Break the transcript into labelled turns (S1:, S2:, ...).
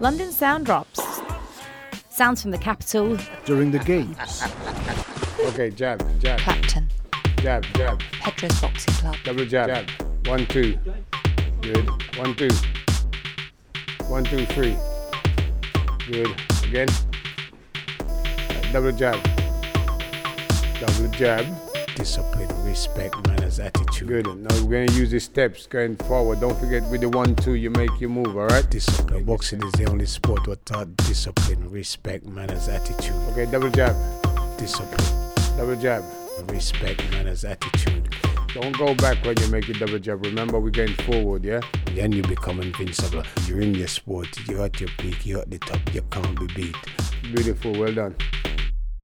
S1: London sound drops. Sounds from the capital,
S2: during the games.
S3: Okay, jab, jab,
S4: Clapton,
S3: jab, jab,
S4: Pedro's Boxing Club,
S3: double jab. One, two. Good. One, two. One, two, three. Good. Again. Double jab. Double jab.
S2: Discipline, respect, manners, attitude.
S3: Good. Now we're going to use the steps going forward. Don't forget with the one, two, you make your move, all right?
S2: Discipline. Boxing is the only sport that taught discipline, respect, manners, attitude.
S3: Okay, double jab,
S2: Discipline,
S3: double jab.
S2: respect, manners, attitude.
S3: Don't go back when you make your double jab. Remember, we're going forward, yeah?
S2: Then you become invincible. You're in your sport. You're at your peak. You're at the top. You can't be beat.
S3: Beautiful. Well done.